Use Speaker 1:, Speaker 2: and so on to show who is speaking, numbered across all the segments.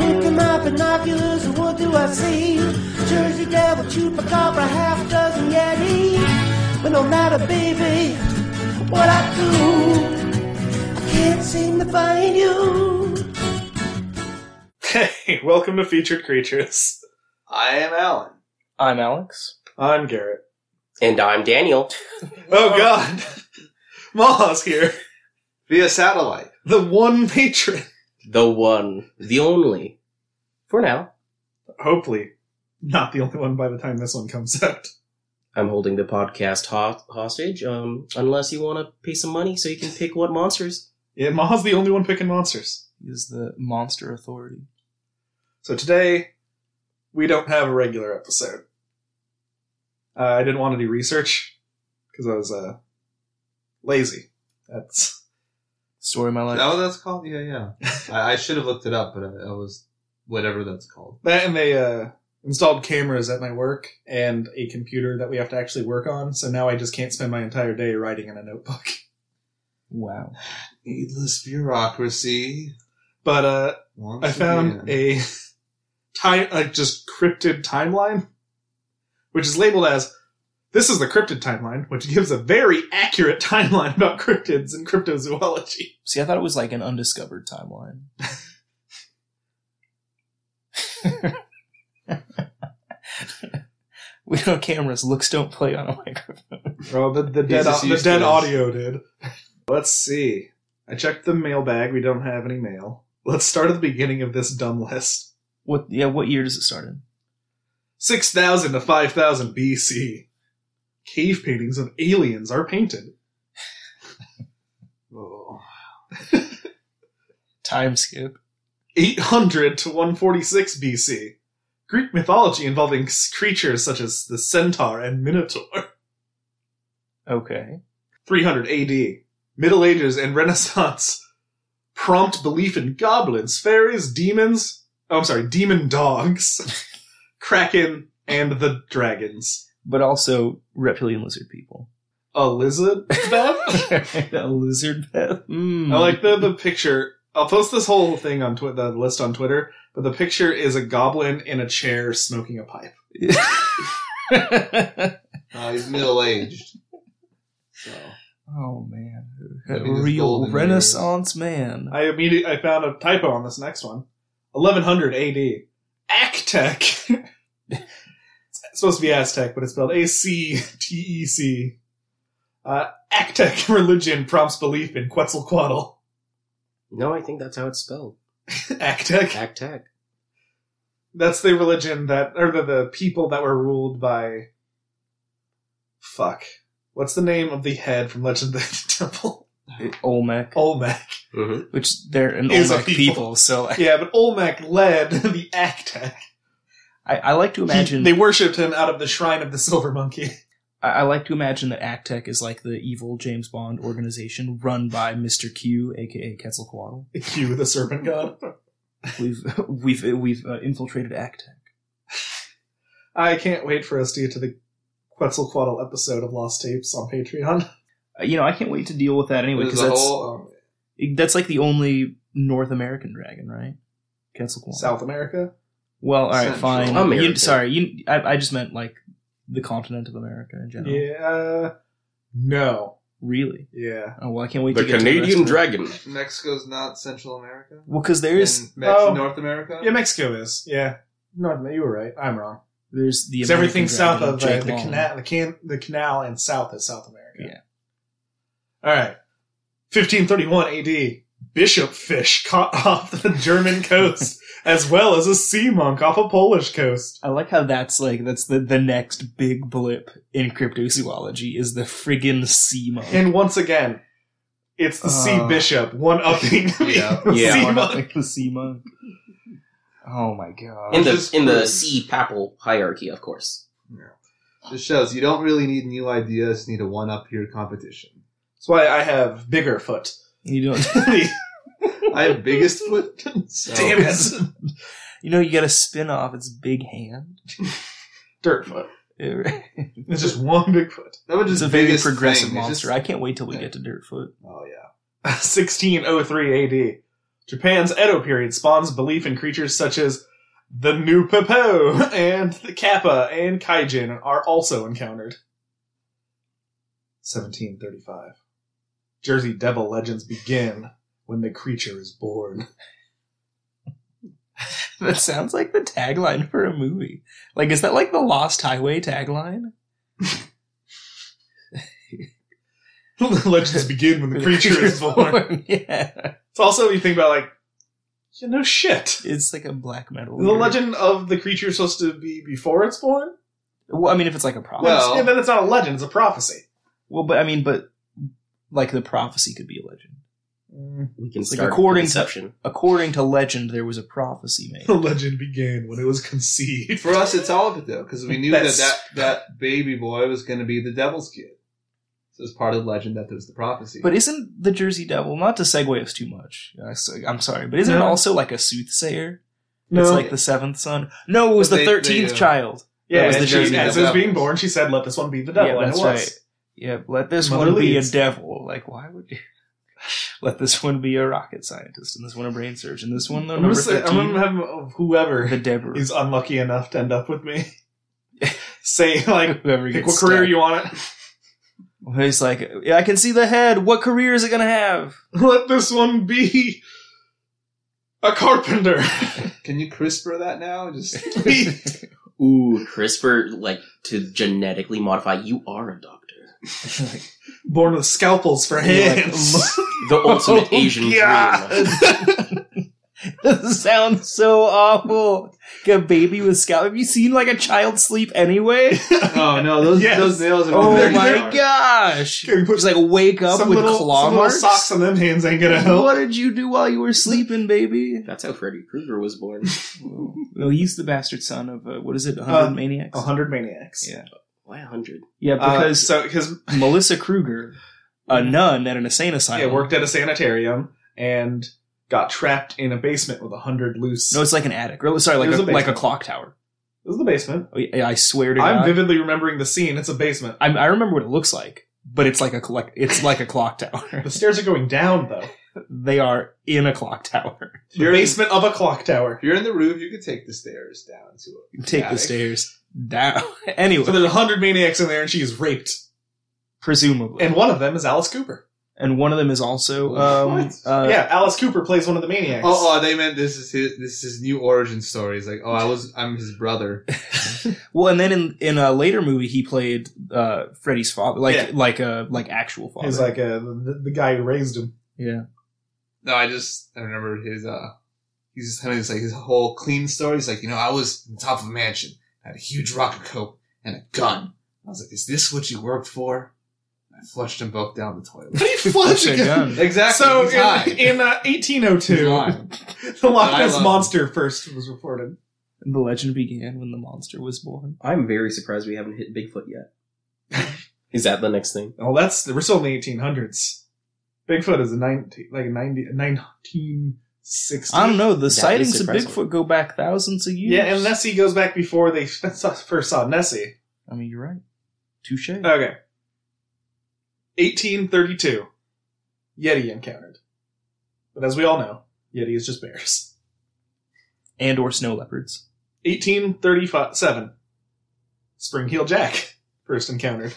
Speaker 1: got binoculars, and what do I see? Jersey Devil, Chupacabra, half dozen Yeti. But no matter, baby, what I do, I can't seem to find you.
Speaker 2: Hey, welcome to Featured Creatures.
Speaker 3: I am Alan.
Speaker 4: I'm Alex.
Speaker 2: I'm Garrett.
Speaker 5: And I'm Daniel.
Speaker 2: Oh god. Maha's here.
Speaker 3: Via satellite.
Speaker 2: The one patron.
Speaker 5: The one, the only. For now,
Speaker 2: Hopefully not the only one by the time this one comes out.
Speaker 5: I'm holding the podcast ho- hostage, um, unless you want to pay some money so you can pick what monsters.
Speaker 2: Yeah, Maha's the only one picking monsters.
Speaker 4: He is the monster authority.
Speaker 2: So today, we don't have a regular episode. Uh, I didn't want to do research because I was uh, lazy. That's
Speaker 4: Story of my
Speaker 3: Is
Speaker 4: life.
Speaker 3: that what that's called? Yeah, yeah. I, I should have looked it up, but I, I was whatever that's called.
Speaker 2: that, and they uh, installed cameras at my work and a computer that we have to actually work on. So now I just can't spend my entire day writing in a notebook.
Speaker 4: wow.
Speaker 3: Needless bureaucracy.
Speaker 2: But uh,
Speaker 3: Once
Speaker 2: I found
Speaker 3: again.
Speaker 2: a time, a just cryptid timeline, which is labeled as "This is the cryptid timeline," which gives a very accurate timeline about cryptids and cryptozoology.
Speaker 4: See, I thought it was like an undiscovered timeline. we know cameras. Looks don't play on a microphone.
Speaker 2: Well, the, the dead,
Speaker 3: Jesus
Speaker 2: au- the
Speaker 3: used
Speaker 2: dead
Speaker 3: to
Speaker 2: audio did. Let's see. I checked the mailbag. We don't have any mail. Let's start at the beginning of this dumb list.
Speaker 4: What? Yeah. What year does it start in?
Speaker 2: Six thousand to five thousand BC. Cave paintings of aliens are painted.
Speaker 3: Oh.
Speaker 4: Time skip.
Speaker 2: 800 to 146 BC. Greek mythology involving s- creatures such as the centaur and minotaur.
Speaker 4: Okay.
Speaker 2: 300 AD. Middle Ages and Renaissance prompt belief in goblins, fairies, demons. Oh, I'm sorry, demon dogs, kraken, and the dragons.
Speaker 4: But also reptilian lizard people.
Speaker 2: Elizabeth? I
Speaker 4: a lizard pet.
Speaker 5: Hmm.
Speaker 4: Mm.
Speaker 2: like the, the picture. I'll post this whole thing on Twitter, the list on Twitter, but the picture is a goblin in a chair smoking a pipe.
Speaker 4: that.
Speaker 3: Uh, he's middle aged. So
Speaker 4: oh man,
Speaker 3: I
Speaker 4: a
Speaker 3: mean, it's
Speaker 4: real
Speaker 3: golden years.
Speaker 4: Renaissance man.
Speaker 2: I immediately I found a typo on this next one. 1100 AD. Actec. it's supposed to be Aztec, but it's spelled A C T E C. Uh, Actec religion prompts belief in Quetzalcoatl.
Speaker 5: No, I think that's how it's spelled.
Speaker 2: Actec.
Speaker 5: Act tech.
Speaker 2: That's the religion that, or the, the people that were ruled by. Fuck. What's the name of the head from Legend of the Temple?
Speaker 4: Olmec,
Speaker 2: Olmec.
Speaker 5: Mm-hmm.
Speaker 4: which they're an
Speaker 2: Is a
Speaker 4: Olmec people.
Speaker 2: people.
Speaker 4: so I,
Speaker 2: Yeah, but Olmec led the Actec.
Speaker 4: I, I like to imagine
Speaker 2: they worshipped him out of the shrine of the silver monkey.
Speaker 4: I, I like to imagine that Actec is like the evil James Bond organization run by Mr. Q, aka Quetzalcoatl.
Speaker 2: Q, the serpent god.
Speaker 4: We've we've we've uh, infiltrated Actec.
Speaker 2: I can't wait for us to get to the Quetzalcoatl episode of Lost Tapes on Patreon.
Speaker 4: Uh, you know, I can't wait to deal with that anyway
Speaker 3: there's
Speaker 4: because
Speaker 3: a
Speaker 4: that's
Speaker 3: whole. Um,
Speaker 4: that's like the only North American dragon, right? Quetzalcoatl.
Speaker 2: South America.
Speaker 4: Well, all right,
Speaker 3: Central
Speaker 4: fine. You,
Speaker 5: America.
Speaker 4: sorry, you. I, I just meant like the continent of America in general.
Speaker 2: Yeah. uh, No.
Speaker 4: Really?
Speaker 2: Yeah.
Speaker 4: Oh well, I can't wait
Speaker 5: The
Speaker 4: to get to the rest
Speaker 5: Canadian
Speaker 4: of it.
Speaker 5: dragon.
Speaker 3: um, Mexico's not Central America.
Speaker 4: Well, because there's
Speaker 3: And Mex-
Speaker 2: oh.
Speaker 3: North America.
Speaker 2: Yeah, Mexico is. Yeah. No, you were right. I'm wrong.
Speaker 4: there's the
Speaker 2: It's
Speaker 4: American dragon
Speaker 2: everything south of the,
Speaker 4: Jake
Speaker 2: the,
Speaker 4: Long.
Speaker 2: cana- the, can- the canal and south is South America.
Speaker 4: Yeah.
Speaker 2: All right. 1531 AD. Bishop fish caught off the German coast, as well as a sea monk off a Polish coast.
Speaker 4: I like how that's like that's the the next big blip in cryptozoology is the friggin' sea monk.
Speaker 2: And once again, it's the sea
Speaker 4: Uh,
Speaker 2: bishop one upping
Speaker 3: yeah.
Speaker 2: the
Speaker 5: Yeah.
Speaker 2: sea
Speaker 4: One up
Speaker 2: monk.
Speaker 4: like the sea monk. Oh my god!
Speaker 5: In the
Speaker 3: Just
Speaker 5: in the
Speaker 3: prove-
Speaker 5: sea papal hierarchy, of course.
Speaker 3: Just shows you don't really need new ideas. Need to one up your competition.
Speaker 2: That's why I have bigger foot.
Speaker 4: you don't.
Speaker 3: I have biggest foot. So.
Speaker 2: Damn it,
Speaker 4: You know you got a spin off. It's big hand.
Speaker 2: dirt foot. It's just one big foot.
Speaker 3: That was
Speaker 4: It's a
Speaker 3: just
Speaker 4: very
Speaker 3: biggest
Speaker 4: progressive
Speaker 3: thing. It's
Speaker 4: monster.
Speaker 3: just-
Speaker 4: I can't wait till we get to Dirtfoot.
Speaker 3: oh yeah.
Speaker 2: 1603 AD. Japan's Edo period spawns belief in creatures such as The new Popo and the Kappa and Kaijin are also encountered. 1735. Jersey Devil legends begin when the creature is born.
Speaker 4: That sounds like the tagline for a movie. Like, is that like the Lost Highway tagline?
Speaker 2: legends begin when the creature is born.
Speaker 4: yeah.
Speaker 2: It's also, you think about, like, you know, shit.
Speaker 4: It's like a black metal.
Speaker 2: The legend of the creature is supposed to be before it's born?
Speaker 4: Well, I mean, if it's like a prophecy.
Speaker 3: Well-
Speaker 2: Yeah, then it's not a legend, it's a prophecy.
Speaker 4: Well, but I mean, but like the prophecy could be a legend.
Speaker 5: We can
Speaker 4: It's like
Speaker 5: start
Speaker 4: according to-
Speaker 5: conception.
Speaker 4: According to legend, there was a prophecy made.
Speaker 2: The legend began when it was conceived.
Speaker 3: For us, it's all of it though, because we knew that,
Speaker 2: That's-
Speaker 3: that that baby boy was going to be the devil's kid. So it's part of the legend that there's the prophecy.
Speaker 4: But isn't the Jersey Devil not to segue us too much? uh, so- I'm sorry, but isn't it
Speaker 2: No.
Speaker 4: also like a soothsayer?
Speaker 2: No.
Speaker 4: It's like the seventh son. No, it was
Speaker 3: But
Speaker 4: the
Speaker 3: they- they,
Speaker 4: thirteenth
Speaker 3: uh,
Speaker 4: child.
Speaker 2: Yeah,
Speaker 4: was
Speaker 2: and
Speaker 4: the
Speaker 2: she-
Speaker 3: Jersey
Speaker 2: as it
Speaker 3: Devil.
Speaker 2: was being born, she said, "Let this one be the devil."
Speaker 4: Yeah,
Speaker 2: and it
Speaker 4: that's
Speaker 2: was.
Speaker 4: right. Yeah, let this
Speaker 2: Mother
Speaker 4: one be
Speaker 2: leads.
Speaker 4: a devil. Like, why would you? let this one be a rocket scientist, and this one a brain surgeon, and this one the
Speaker 2: I'm gonna,
Speaker 4: number
Speaker 2: say, I'm gonna
Speaker 4: thirteen,
Speaker 2: have uh, whoever
Speaker 4: the Deborah,
Speaker 2: is unlucky enough to end up with me say like,
Speaker 4: whoever
Speaker 2: "Pick
Speaker 4: gets
Speaker 2: what career
Speaker 4: stuck.
Speaker 2: you want it.
Speaker 4: He's like, yeah, I can see the head. What career is it gonna have?
Speaker 2: Let this one be a carpenter."
Speaker 3: Can you CRISPR that now? Just
Speaker 5: Ooh, CRISPR, like to genetically modify. You are a doctor.
Speaker 2: born with scalpels for
Speaker 4: You're like,
Speaker 2: hands.
Speaker 5: The ultimate Asian
Speaker 2: God.
Speaker 5: dream.
Speaker 4: this sounds so awful. Like a baby with scalp. Have you seen like a child sleep anyway?
Speaker 2: Um,
Speaker 3: oh no, those
Speaker 2: Yes.
Speaker 3: those nails are.
Speaker 4: Oh
Speaker 2: There you
Speaker 4: my
Speaker 2: are.
Speaker 4: gosh!
Speaker 2: Can we put
Speaker 4: Just like wake up
Speaker 2: some
Speaker 4: with
Speaker 2: little,
Speaker 4: claw
Speaker 2: some little
Speaker 4: marks.
Speaker 2: socks on them hands ain't gonna help.
Speaker 4: What did you do while you were sleeping, baby?
Speaker 5: That's how Freddy Krueger was born.
Speaker 4: No, he's the bastard son of uh, what is it? Hundred
Speaker 2: Uh,
Speaker 4: maniacs.
Speaker 2: A hundred maniacs.
Speaker 4: Yeah,
Speaker 5: Why a hundred?
Speaker 4: yeah,
Speaker 2: Uh,
Speaker 4: because
Speaker 2: so his
Speaker 4: Melissa Kruger, a nun at an insane
Speaker 2: Yeah,
Speaker 4: asylum.
Speaker 2: worked at a sanitarium and got trapped in a basement with a hundred loose.
Speaker 4: No, it's like an attic. Or, sorry, like
Speaker 2: It was
Speaker 4: a,
Speaker 2: a
Speaker 4: like a
Speaker 2: basement.
Speaker 4: clock tower.
Speaker 2: It was the basement.
Speaker 4: Oh, yeah, I swear to
Speaker 2: I'm
Speaker 4: God,
Speaker 2: vividly remembering the scene. It's a basement.
Speaker 4: I'm, I remember what it looks like, but it's like a cl- like it's like a clock tower.
Speaker 2: The stairs are going down though.
Speaker 4: they are in a clock tower.
Speaker 2: The basement of a clock tower.
Speaker 3: If you're in the roof, you could take the stairs down to it.
Speaker 4: Take the
Speaker 3: Attic.
Speaker 4: stairs down. anyway,
Speaker 2: So there's a hundred maniacs in there, and she is raped.
Speaker 4: presumably,
Speaker 2: And
Speaker 4: and,
Speaker 2: one of them is Alice Cooper.
Speaker 4: one of them is also um,
Speaker 3: What?
Speaker 4: uh,
Speaker 2: yeah, Alice Cooper plays one of the maniacs.
Speaker 3: Oh, oh, they meant this is his this is his new origin story. It's like, oh, I was I'm his brother.
Speaker 4: Well, and then in in a later movie, he played uh, Freddy's father, like
Speaker 2: Yeah.
Speaker 4: like a like actual father.
Speaker 2: He's like uh, the, the guy who raised him.
Speaker 4: yeah,
Speaker 3: No, I just I remember his uh he's just kind of just like his whole clean story. He's like, you know, I was on top of a mansion, I had a huge rocket coat and a gun. I was like, is this what you worked for? I flushed them both down the toilet.
Speaker 2: He
Speaker 4: Flush
Speaker 2: flushed
Speaker 4: a
Speaker 2: a gun.
Speaker 4: gun.
Speaker 3: exactly.
Speaker 2: So
Speaker 3: he's high.
Speaker 2: in, in uh,
Speaker 3: He's
Speaker 2: 1802,
Speaker 3: lying.
Speaker 2: the Loch
Speaker 3: I
Speaker 2: Ness
Speaker 3: love him.
Speaker 2: monster first was reported.
Speaker 4: And the legend began when the monster was born.
Speaker 5: I'm very surprised we haven't hit Bigfoot yet. Is that the next thing?
Speaker 2: Well, that's we're still in the 1800s. Bigfoot is a 19 like a 90 1960.
Speaker 4: I don't know. The
Speaker 5: That
Speaker 4: sightings
Speaker 5: is
Speaker 4: of
Speaker 5: surprising.
Speaker 4: Bigfoot go back thousands of years.
Speaker 2: Yeah, and Nessie goes back before they first saw Nessie.
Speaker 4: I mean, you're right. Touche.
Speaker 2: Okay. 1832. Yeti encountered. But as we all know, Yeti is just bears.
Speaker 4: and or snow leopards.
Speaker 2: 1837. Spring Heel Jack first encountered.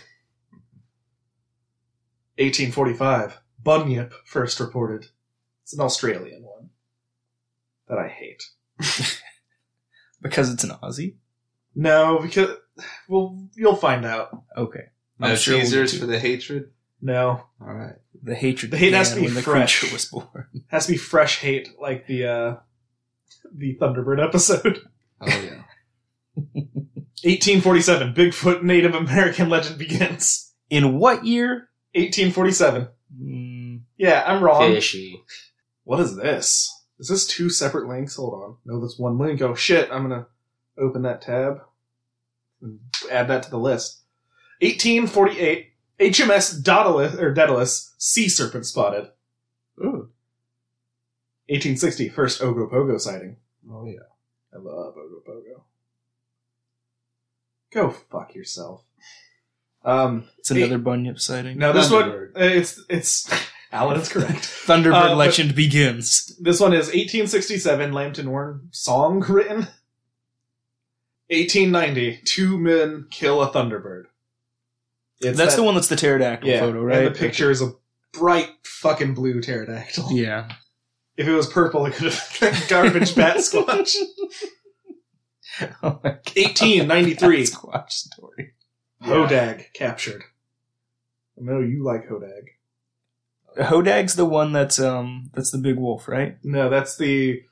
Speaker 2: 1845. Bunyip first reported. It's an Australian one that I hate.
Speaker 4: Because it's an Aussie.
Speaker 2: No, because well, you'll find out.
Speaker 4: Okay.
Speaker 3: no
Speaker 4: I'm sure we'll
Speaker 3: teasers
Speaker 4: get
Speaker 3: for
Speaker 4: to-
Speaker 3: the hatred.
Speaker 2: No,
Speaker 3: All right.
Speaker 4: The hatred.
Speaker 2: The hate has
Speaker 4: began
Speaker 2: to be
Speaker 4: when the
Speaker 2: fresh.
Speaker 4: creature was born.
Speaker 2: has to be fresh hate like the uh the Thunderbird episode.
Speaker 3: Oh yeah.
Speaker 2: 1847, Bigfoot Native American legend begins.
Speaker 4: In what year?
Speaker 2: 1847.
Speaker 4: Mm,
Speaker 2: Yeah, I'm wrong.
Speaker 5: Fishy.
Speaker 2: What is this? Is this two separate links? Hold on. No, that's one link. Oh shit, I'm gonna open that tab and add that to the list. 1848, HMS Daedalus, or Daedalus, sea serpent spotted.
Speaker 5: Ooh.
Speaker 2: 1860, first Ogopogo sighting.
Speaker 3: Oh yeah.
Speaker 2: I love Ogopogo. Go fuck yourself. Um,
Speaker 4: it's another Bunyip sighting.
Speaker 2: now this one,
Speaker 3: Thunderbird.
Speaker 2: uh, it's it's Alan is correct.
Speaker 4: Thunderbird
Speaker 2: Uh, but-
Speaker 4: legend begins.
Speaker 2: This one is 1867 Lambton Warren song written. 1890, two men kill a Thunderbird. It's
Speaker 4: That's
Speaker 2: that-
Speaker 4: the one that's the pterodactyl
Speaker 2: yeah,
Speaker 4: photo, right?
Speaker 2: And the picture is a bright fucking blue pterodactyl.
Speaker 4: Yeah.
Speaker 2: If it was purple, it could have been a garbage bat squatch.
Speaker 4: Oh my god.
Speaker 2: 1893,
Speaker 4: Squatch story.
Speaker 2: Hodag captured. I know you like Hodag.
Speaker 4: Hodag's the one that's um that's the big wolf, right?
Speaker 2: No, that's the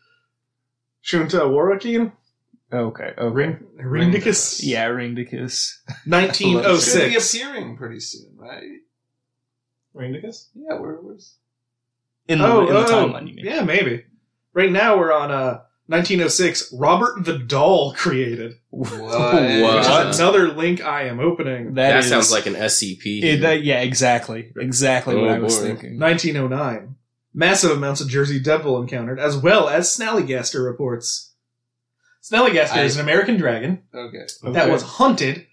Speaker 2: Junta Warwikin?
Speaker 4: Oh, Okay. Okay.
Speaker 2: Ring, Rindicus?
Speaker 4: Yeah, Ringdicus.
Speaker 2: 1906.
Speaker 3: Should be appearing pretty soon, right?
Speaker 2: Rindicus?
Speaker 3: Yeah, where, where's
Speaker 4: In the, in the timeline, you mean?
Speaker 2: Oh, yeah, maybe. Right now we're on uh, 1906. Robert the Doll created.
Speaker 3: what?
Speaker 2: Which
Speaker 5: What?
Speaker 2: is another link I am opening.
Speaker 5: That,
Speaker 4: is-
Speaker 5: sounds like an SCP.
Speaker 4: It, that, yeah, exactly, exactly what
Speaker 5: Oh,
Speaker 4: I was
Speaker 5: boy.
Speaker 4: thinking.
Speaker 2: 1909. Massive amounts of Jersey Devil encountered, as well as Snallygaster reports. Snallygaster
Speaker 3: I-
Speaker 2: is an American dragon
Speaker 3: Okay.
Speaker 2: that was hunted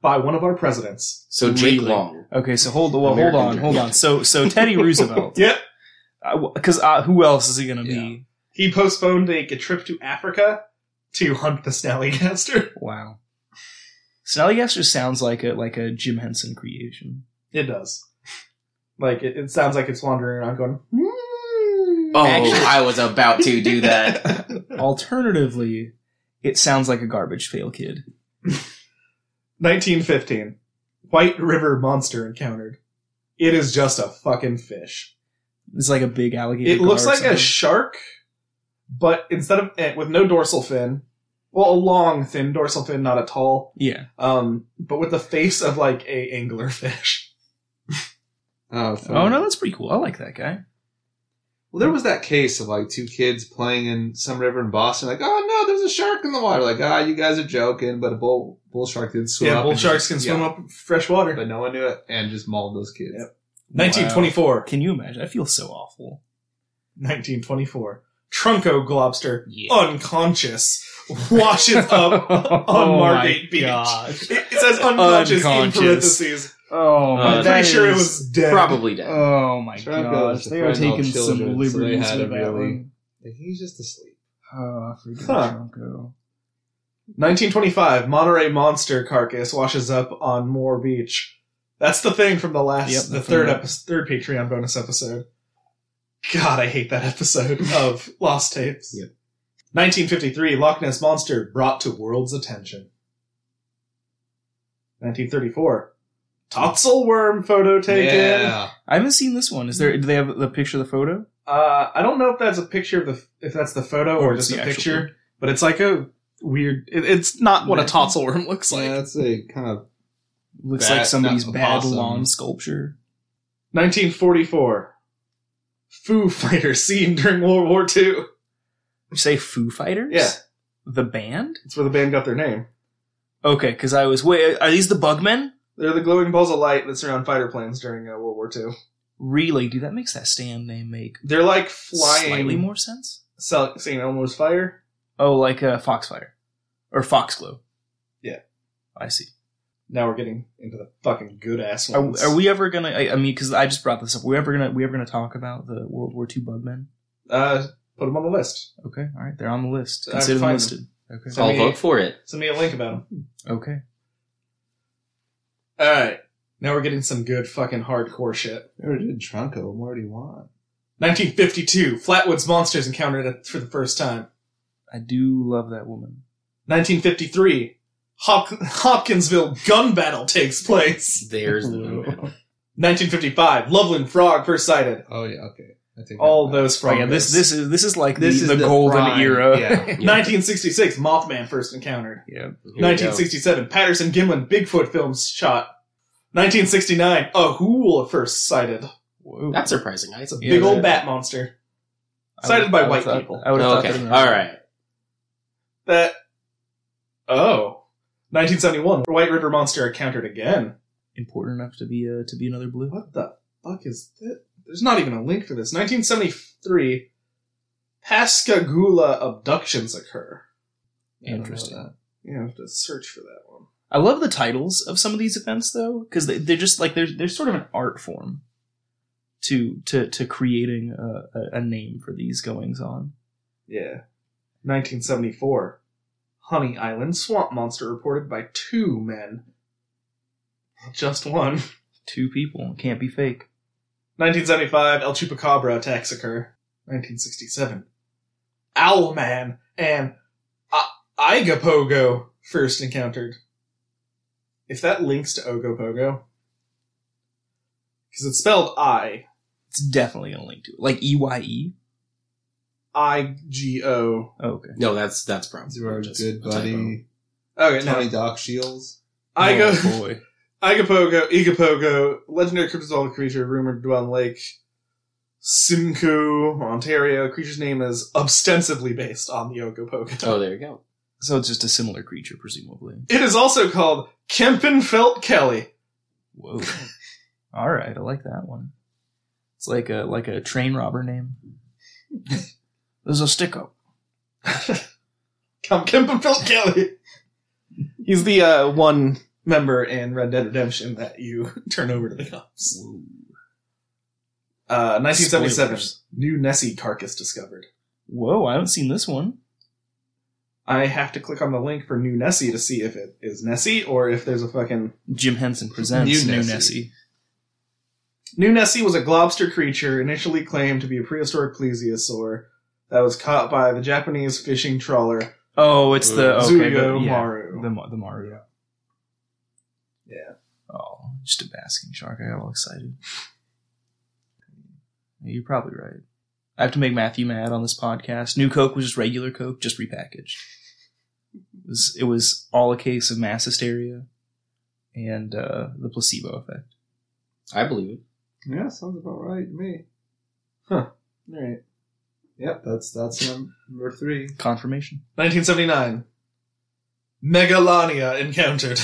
Speaker 2: by one of our presidents.
Speaker 5: so Jake
Speaker 4: Really?
Speaker 5: Long.
Speaker 4: Okay, so hold well, hold on,
Speaker 5: American
Speaker 4: hold on. So so Teddy Roosevelt,
Speaker 2: Yep.
Speaker 4: because uh, who else is he going to be?
Speaker 2: He postponed a trip to Africa to hunt the Snallygaster.
Speaker 4: Wow. Snallygaster sounds like a like a Jim Henson creation.
Speaker 2: It does. Like it, it sounds like it's wandering around going. "Hmm."
Speaker 5: Oh,
Speaker 4: Actually-
Speaker 5: I was about to do that.
Speaker 4: Alternatively, it sounds like a garbage pail kid.
Speaker 2: 1915. White River monster encountered. It is just a fucking fish.
Speaker 4: It's like a big alligator.
Speaker 2: It looks like a
Speaker 4: sh-
Speaker 2: shark, but instead of eh, with no dorsal fin, well, a long thin dorsal fin, not a tall,
Speaker 4: yeah.
Speaker 2: um, but with the face of like a angler fish.
Speaker 3: Oh,
Speaker 4: Oh no, that's pretty cool. I like that guy.
Speaker 3: Well, there was that case of like two kids playing in some river in Boston. Like, oh no, there's a shark in the water. Like, ah, you guys are joking. But a bull bull shark did swim
Speaker 2: yeah,
Speaker 3: up.
Speaker 2: bull
Speaker 3: and-
Speaker 2: sharks can swim
Speaker 3: yeah,
Speaker 2: up fresh water.
Speaker 3: but no one knew it, and just mauled those kids.
Speaker 2: Yep. 1924.
Speaker 4: Can you imagine? I feel so awful.
Speaker 2: 1924. Trunco Globster,
Speaker 4: Yeah.
Speaker 2: unconscious, washes up on
Speaker 4: Oh my
Speaker 2: Margate Beach.
Speaker 4: gosh.
Speaker 2: It, it says unconscious,
Speaker 4: Unconscious.
Speaker 2: in parentheses.
Speaker 4: Oh,
Speaker 5: Uh,
Speaker 2: I'm
Speaker 4: that
Speaker 2: pretty sure it
Speaker 4: is-
Speaker 2: was dead.
Speaker 5: Probably dead.
Speaker 4: Oh my
Speaker 3: Trump
Speaker 4: gosh,
Speaker 3: goes to
Speaker 4: they are
Speaker 3: friend all
Speaker 4: taking some
Speaker 3: children, so they
Speaker 4: liberties
Speaker 3: had
Speaker 4: with
Speaker 3: him
Speaker 4: that
Speaker 3: really-
Speaker 4: one.
Speaker 3: Like, he's just asleep.
Speaker 4: Oh, freaking
Speaker 2: Huh.
Speaker 4: Trunco.
Speaker 2: 1925. Monterey Monster carcass washes up on Moore Beach. That's the thing from the last,
Speaker 4: Yep,
Speaker 2: the
Speaker 4: from
Speaker 2: third,
Speaker 4: that.
Speaker 2: epi- third Patreon bonus episode. God, I hate that episode of Lost Tapes.
Speaker 5: Yep.
Speaker 2: 1953, Loch Ness Monster brought to world's attention. 1934, Totzel Worm photo taken.
Speaker 3: yeah.
Speaker 4: I haven't seen this one. Is there? Do they have the picture of the photo?
Speaker 2: Uh, I don't know if that's a picture of the, if that's the photo or,
Speaker 4: Or
Speaker 2: just
Speaker 4: the
Speaker 2: a
Speaker 4: actual
Speaker 2: picture, but it's like a weird, it, it's not what a Totzel Worm looks like.
Speaker 3: yeah, that's a kind of
Speaker 4: Looks
Speaker 3: Bat-
Speaker 4: like somebody's
Speaker 3: not a
Speaker 4: bad
Speaker 3: possum.
Speaker 4: lawn sculpture.
Speaker 2: 1944. Foo Fighters seen during World War II.
Speaker 4: You say Foo Fighters?
Speaker 2: Yeah.
Speaker 4: The band?
Speaker 2: That's where the band got their name.
Speaker 4: Okay, because I was. Wait, are these the Bugmen?
Speaker 2: They're the glowing balls of light that surround fighter planes during uh, World War II.
Speaker 4: Really, dude? That makes that stand name make
Speaker 2: They're like flying,
Speaker 4: slightly more sense.
Speaker 2: Sal- St. Elmo's Fire.
Speaker 4: Oh, like uh, Foxfire or Foxglow.
Speaker 2: Yeah.
Speaker 4: I see.
Speaker 2: Now we're getting into the fucking good ass
Speaker 4: Are,
Speaker 2: ones.
Speaker 4: are we ever gonna? I, I mean, because I just brought this up. We ever gonna? We ever gonna talk about the World War II Bugmen?
Speaker 2: Uh, put them on the list.
Speaker 4: Okay, all right, they're on the list.
Speaker 2: I
Speaker 4: Consider them
Speaker 2: find
Speaker 4: listed. Okay.
Speaker 2: So-
Speaker 5: I'll vote for it.
Speaker 2: Send me a link about them.
Speaker 4: Okay.
Speaker 2: All right. Now we're getting some good fucking hardcore shit.
Speaker 3: never did Trunco. What do you want?
Speaker 2: 1952. Flatwoods Monsters encountered it for the first time.
Speaker 4: I do love that woman.
Speaker 2: 1953, Hop- Hopkinsville gun battle takes place.
Speaker 5: There's the
Speaker 4: Oh,
Speaker 5: number.
Speaker 2: 1955, Loveland Frog first sighted.
Speaker 3: Oh yeah, okay. I think
Speaker 2: All those
Speaker 4: Oh
Speaker 2: frogs.
Speaker 4: yeah, this this is this is like
Speaker 3: This
Speaker 4: the,
Speaker 3: is
Speaker 4: the,
Speaker 3: the
Speaker 4: golden
Speaker 3: prime,
Speaker 4: era.
Speaker 3: yeah.
Speaker 5: Yeah.
Speaker 2: 1966, Mothman first encountered.
Speaker 4: yeah.
Speaker 5: Here we go.
Speaker 2: 1967, Patterson Gimlin Bigfoot films shot. 1969, a hool first sighted.
Speaker 4: Whoa.
Speaker 5: That's surprising. I
Speaker 2: It's a
Speaker 4: Yeah,
Speaker 2: big old
Speaker 4: that-
Speaker 2: bat monster.
Speaker 4: I would've-
Speaker 2: Cited by
Speaker 4: I would've
Speaker 2: white
Speaker 4: thought-
Speaker 2: people.
Speaker 4: I would have
Speaker 5: Oh, okay.
Speaker 4: thought that.
Speaker 5: All right.
Speaker 2: That. Oh. 1971, White River Monster encountered again.
Speaker 4: Important enough to be uh, to be another blue.
Speaker 2: What the fuck is this? There's not even a link for this. 1973, Pascagoula abductions occur.
Speaker 4: Interesting.
Speaker 2: You have to search for that one.
Speaker 4: I love the titles of some of these events though, because they, they're just like there's there's sort of an art form to to to creating a, a, a name for these goings on.
Speaker 2: Yeah. 1974, Honey Island swamp monster reported by two men. Just one.
Speaker 4: Two people. It can't be fake.
Speaker 2: 1975, El Chupacabra attacks occur. 1967, Owlman and I- Igapogo first encountered. If that links to Ogopogo, because it's spelled I,
Speaker 4: It's definitely a link to it. Like E EYE?
Speaker 2: I G O.
Speaker 4: Oh, okay.
Speaker 5: No, that's that's probably
Speaker 3: You are
Speaker 5: just a
Speaker 3: good
Speaker 5: typo.
Speaker 3: buddy.
Speaker 2: Okay,
Speaker 3: Tony
Speaker 2: no.
Speaker 3: Doc Shields.
Speaker 2: Iga,
Speaker 4: Oh, boy.
Speaker 2: Igapogo, Igapogo, legendary cryptozoological creature rumored to dwell on Lake Simcoe, Ontario. Creature's name is ostensibly based on the Ogopogo.
Speaker 5: Oh, there you go.
Speaker 4: So it's just a similar creature, presumably.
Speaker 2: It is also called Kempenfelt Kelly.
Speaker 4: Whoa. All right, I like that one. It's like a like a train robber name. There's a stick up.
Speaker 2: Come Kempenfelt Kelly. He's the uh, one member in Red Dead Redemption that you turn over to the cops. Uh, 1977.
Speaker 4: Spoilers.
Speaker 2: New Nessie carcass discovered.
Speaker 4: Whoa, I haven't seen this one.
Speaker 2: I have to click on the link for New Nessie to see if it is Nessie or if there's a fucking
Speaker 4: Jim Henson presents
Speaker 3: New
Speaker 4: New,
Speaker 3: Nessie.
Speaker 4: Nessie.
Speaker 2: New Nessie was a globster creature initially claimed to be a prehistoric plesiosaur that was caught by the Japanese fishing trawler
Speaker 4: Oh, it's the okay,
Speaker 2: Zuyo
Speaker 4: the, yeah,
Speaker 2: Maru.
Speaker 4: the Ma- the Maru.
Speaker 2: Yeah.
Speaker 4: Oh, just a basking shark. I got all excited. You're probably right. I have to make Matthew mad on this podcast. New Coke was just regular Coke, just repackaged. It was, it was all a case of mass hysteria and uh, the placebo effect.
Speaker 5: I believe it.
Speaker 3: Yeah, sounds about right to me.
Speaker 2: All right.
Speaker 3: Yep, that's that's num- number three.
Speaker 4: Confirmation.
Speaker 2: 1979. Megalania encountered.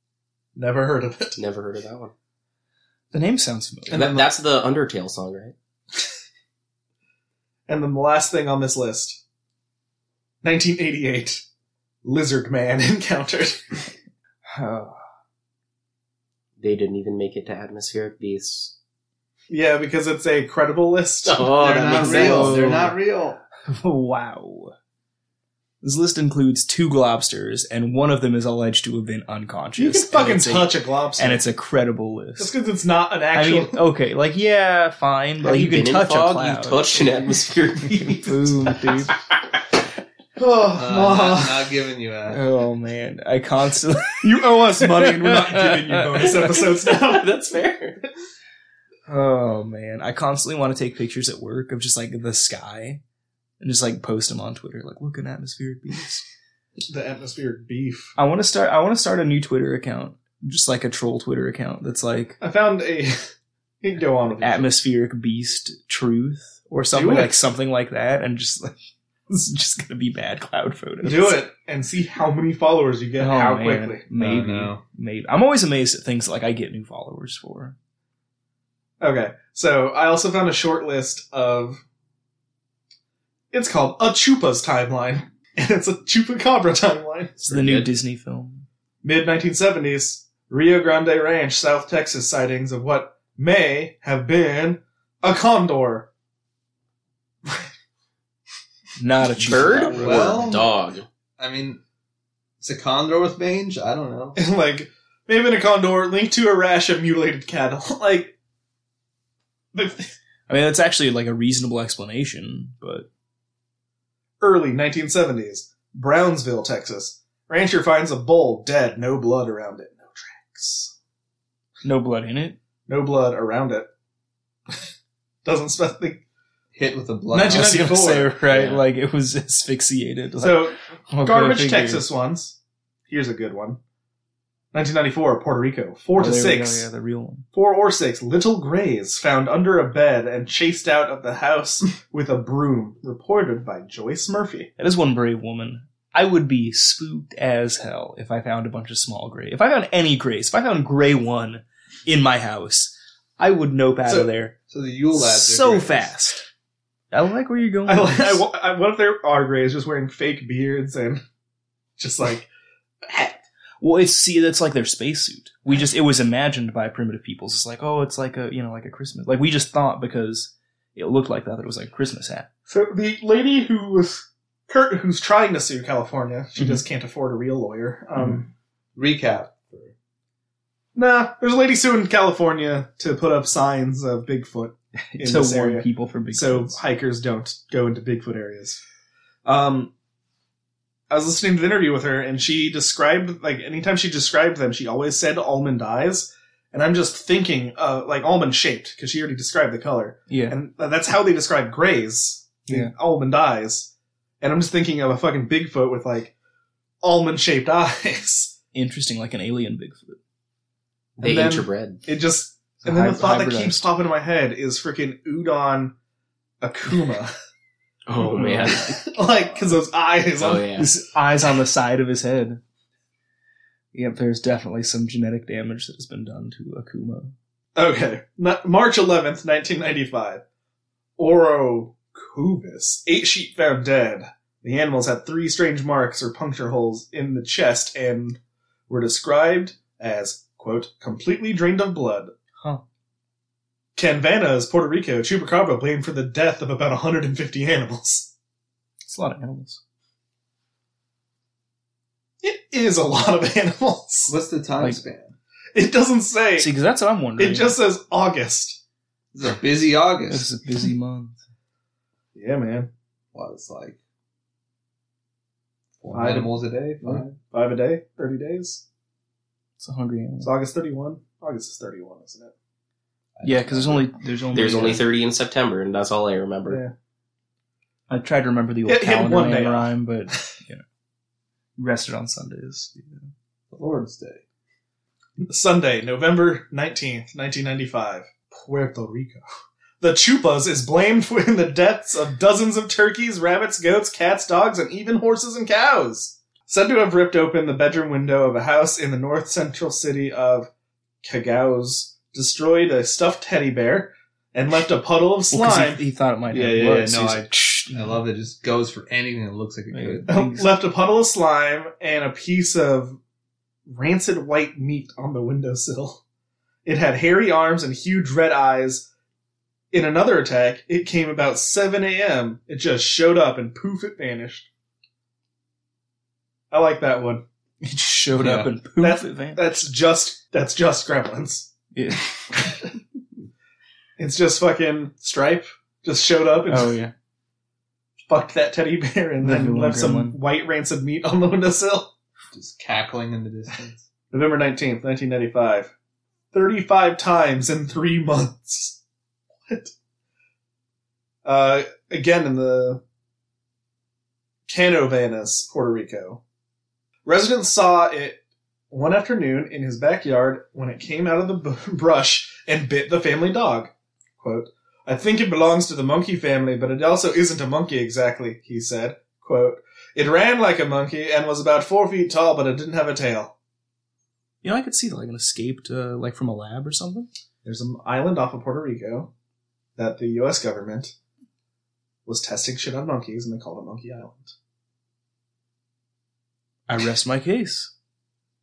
Speaker 2: Never heard of it.
Speaker 5: Never heard of that one.
Speaker 4: The name sounds familiar.
Speaker 5: That- that's the Undertale song, right?
Speaker 2: And the last thing on this list 1988. Lizard Man encountered.
Speaker 4: Oh,
Speaker 5: They didn't even make it to Atmospheric Beasts.
Speaker 2: yeah, because it's a credible list.
Speaker 5: Oh,
Speaker 3: They're
Speaker 5: that
Speaker 3: not
Speaker 5: makes
Speaker 3: real.
Speaker 5: sense.
Speaker 3: They're not real.
Speaker 4: wow. This list includes two globsters, and one of them is alleged to have been unconscious.
Speaker 2: you can
Speaker 4: and
Speaker 2: fucking
Speaker 4: it's a-
Speaker 2: touch a globster.
Speaker 4: and it's a credible
Speaker 2: just
Speaker 4: list.
Speaker 2: because it's not an
Speaker 4: I
Speaker 2: actual.
Speaker 4: mean, okay, like yeah, fine, but
Speaker 5: Have
Speaker 4: you, can
Speaker 5: been
Speaker 4: touch
Speaker 5: in fog?
Speaker 4: a cloud.
Speaker 5: You've touched an atmospheric beast.
Speaker 4: Boom, dude.
Speaker 2: oh,
Speaker 3: Uh,
Speaker 2: Ma.
Speaker 3: not, not giving you a.
Speaker 4: Oh man, I constantly.
Speaker 2: You owe us money, and we're not giving you bonus episodes now.
Speaker 5: That's fair.
Speaker 4: Oh man, I constantly want to take pictures at work of just like the sky, and just like post them on Twitter. Like, look an atmospheric beast.
Speaker 2: the atmospheric beef.
Speaker 4: I want to start. I want to start a new Twitter account, just like a troll Twitter account that's like
Speaker 2: I found a. You can go on with it.
Speaker 4: atmospheric beast truth or something
Speaker 2: it.
Speaker 4: like something like that, and just like this is just gonna be bad cloud photos.
Speaker 2: Do it and see how many followers you get.
Speaker 4: Oh,
Speaker 2: how
Speaker 4: man.
Speaker 2: quickly?
Speaker 4: Maybe.
Speaker 3: Oh, no.
Speaker 4: Maybe. I'm always amazed at things like I get new followers for.
Speaker 2: Okay, so I also found a short list of. It's called A Chupa's Timeline, and it's a Chupacabra timeline.
Speaker 4: It's the new
Speaker 5: Good.
Speaker 4: Disney film.
Speaker 2: Mid 1970s, Rio Grande Ranch, South Texas sightings of what may have been a condor.
Speaker 4: Not a cheap
Speaker 5: Bird or
Speaker 3: Well-
Speaker 5: dog?
Speaker 3: I mean, it's a condor with mange. I don't know.
Speaker 2: like, may have been a condor linked to a rash of mutilated cattle. like, the
Speaker 4: I mean, that's actually like a reasonable explanation, but
Speaker 2: early 1970s, Brownsville, Texas. Rancher finds a bull dead, no blood around it, no tracks.
Speaker 4: no blood in it.
Speaker 2: No blood around it. Doesn't spec the
Speaker 3: Hit with a blood.
Speaker 4: I was gonna
Speaker 2: 1994.
Speaker 4: say, right?
Speaker 5: Yeah.
Speaker 4: Like it was asphyxiated. Like,
Speaker 2: So,
Speaker 4: I'll go
Speaker 2: garbage
Speaker 4: figure.
Speaker 2: Texas ones. Here's a good one. 1994, Puerto Rico. Four
Speaker 4: Oh,
Speaker 2: to
Speaker 4: there we go,
Speaker 2: six.
Speaker 4: Yeah, the real one.
Speaker 2: Four or six little grays found under a bed and chased out of the house with a broom, reported by Joyce Murphy.
Speaker 4: That is one brave woman. I would be spooked as hell if I found a bunch of small gray. If I found any grays, if I found gray one in my house, I would nope out
Speaker 2: So-
Speaker 4: of there
Speaker 3: So the Yule lads. are
Speaker 4: so
Speaker 3: great.
Speaker 4: fast. I like where you're going.
Speaker 2: I,
Speaker 4: with
Speaker 2: li- I,
Speaker 4: this.
Speaker 2: wa- I, what if there are grays just wearing fake beards and just like
Speaker 4: Well, it's see, that's like their spacesuit. We just it was imagined by primitive peoples. It's like, oh, it's like a you know like a Christmas. Like we just thought because it looked like that that it was like a Christmas hat.
Speaker 2: So the lady who was Kurt, who's trying to sue California, she
Speaker 4: Mm-hmm.
Speaker 2: just can't afford a real lawyer. Um,
Speaker 3: Recap.
Speaker 2: Nah, there's a lady suing California to put up signs of Bigfoot in
Speaker 4: to
Speaker 2: this
Speaker 4: warn
Speaker 2: area,
Speaker 4: people for big
Speaker 2: so
Speaker 4: things.
Speaker 2: hikers don't go into Bigfoot areas. Um, I was listening to the interview with her, and she described like anytime she described them, she always said almond eyes, and I'm just thinking uh, like almond shaped because she already described the color,
Speaker 4: yeah,
Speaker 2: and that's how they describe grays, the
Speaker 4: Yeah.
Speaker 2: almond eyes, and I'm just thinking of a fucking Bigfoot with like almond shaped eyes.
Speaker 4: interesting, like an alien Bigfoot.
Speaker 5: They
Speaker 2: And then-
Speaker 5: interbred.
Speaker 2: It just
Speaker 4: It's a
Speaker 2: And then the
Speaker 4: hy-
Speaker 2: thought that
Speaker 4: hybridized.
Speaker 2: keeps popping in my head is freaking Udon Akuma.
Speaker 5: Oh man.
Speaker 2: like, because those eyes.
Speaker 5: oh
Speaker 2: on
Speaker 5: yeah.
Speaker 4: his eyes on the side of his head. Yep, there's definitely some genetic damage that has been done to Akuma.
Speaker 2: Okay. Not, March 11th, 1995. Oro Cubis. Eight sheep found dead. The animals had three strange marks or puncture holes in the chest and were described as, quote, completely drained of blood.
Speaker 4: Huh.
Speaker 2: Canvana's Puerto Rico Chupacabra blamed for the death of about 150 animals.
Speaker 4: It's a lot of animals.
Speaker 2: It is a lot of animals.
Speaker 3: What's the time
Speaker 4: Like-
Speaker 3: span?
Speaker 2: It doesn't say.
Speaker 4: See, because that's what I'm wondering.
Speaker 2: It just says August.
Speaker 3: This is a busy
Speaker 4: this
Speaker 3: August.
Speaker 4: is a busy month.
Speaker 2: Yeah, man.
Speaker 3: Well, it's like four
Speaker 2: Five.
Speaker 3: animals a day. Five.
Speaker 2: Five a day, 30 days.
Speaker 4: It's a hungry
Speaker 2: It's
Speaker 4: animal.
Speaker 2: August 31. August is 31, isn't it?
Speaker 4: Yeah, because there's only there's only
Speaker 5: There's only
Speaker 4: uh,
Speaker 5: thirty in September, and that's all I remember.
Speaker 4: I tried to remember the old
Speaker 2: Hit- hit
Speaker 4: calendar
Speaker 2: one
Speaker 4: man
Speaker 2: day off.
Speaker 4: rhyme, but you know, rested on Sundays.
Speaker 3: The Lord's Day.
Speaker 2: Sunday, November 19th, 1995. Puerto Rico. The Chupas is blamed for the deaths of dozens of turkeys, rabbits, goats, cats, dogs, and even horses and cows. Said to have ripped open the bedroom window of a house in the north central city of Cagaos, destroyed a stuffed teddy bear, and left a puddle of
Speaker 4: Well, 'cause
Speaker 2: slime.
Speaker 4: he, he thought it might
Speaker 3: Yeah,
Speaker 4: have
Speaker 3: yeah,
Speaker 4: blood,
Speaker 3: yeah,
Speaker 4: so
Speaker 3: no,
Speaker 4: he's like, "Shh."
Speaker 3: I love it. Just goes for anything that looks like it could.
Speaker 4: Things-
Speaker 2: Oh, left a puddle of slime and a piece of rancid white meat on the windowsill. It had hairy arms and huge red eyes. In another attack, it came about 7 a.m. It just showed up and poof, it vanished. I like that one.
Speaker 4: It just showed up and pooped
Speaker 2: That's-
Speaker 4: it, man.
Speaker 2: That's just that's just Gremlins.
Speaker 4: Yeah.
Speaker 2: It's just fucking Stripe just showed up and
Speaker 4: Oh yeah.
Speaker 2: fucked that teddy bear and
Speaker 4: The
Speaker 2: then
Speaker 4: villain
Speaker 2: left some
Speaker 4: gremlin.
Speaker 2: white rancid meat on the windowsill.
Speaker 3: Just cackling in the distance.
Speaker 2: November 19th, 1995. 35 times in three months. What? Uh, again, in the Canovanas, Puerto Rico. Residents saw it one afternoon in his backyard when it came out of the b- brush and bit the family dog. Quote, I think it belongs to the monkey family, but it also isn't a monkey exactly, he said. Quote, it ran like a monkey and was about four feet tall, but it didn't have a tail.
Speaker 4: You know, I could see like an escaped, uh, like from a lab or something.
Speaker 2: there's an island off of Puerto Rico that the U.S. government was testing shit on monkeys, and they called it Monkey Island.
Speaker 4: I rest my case.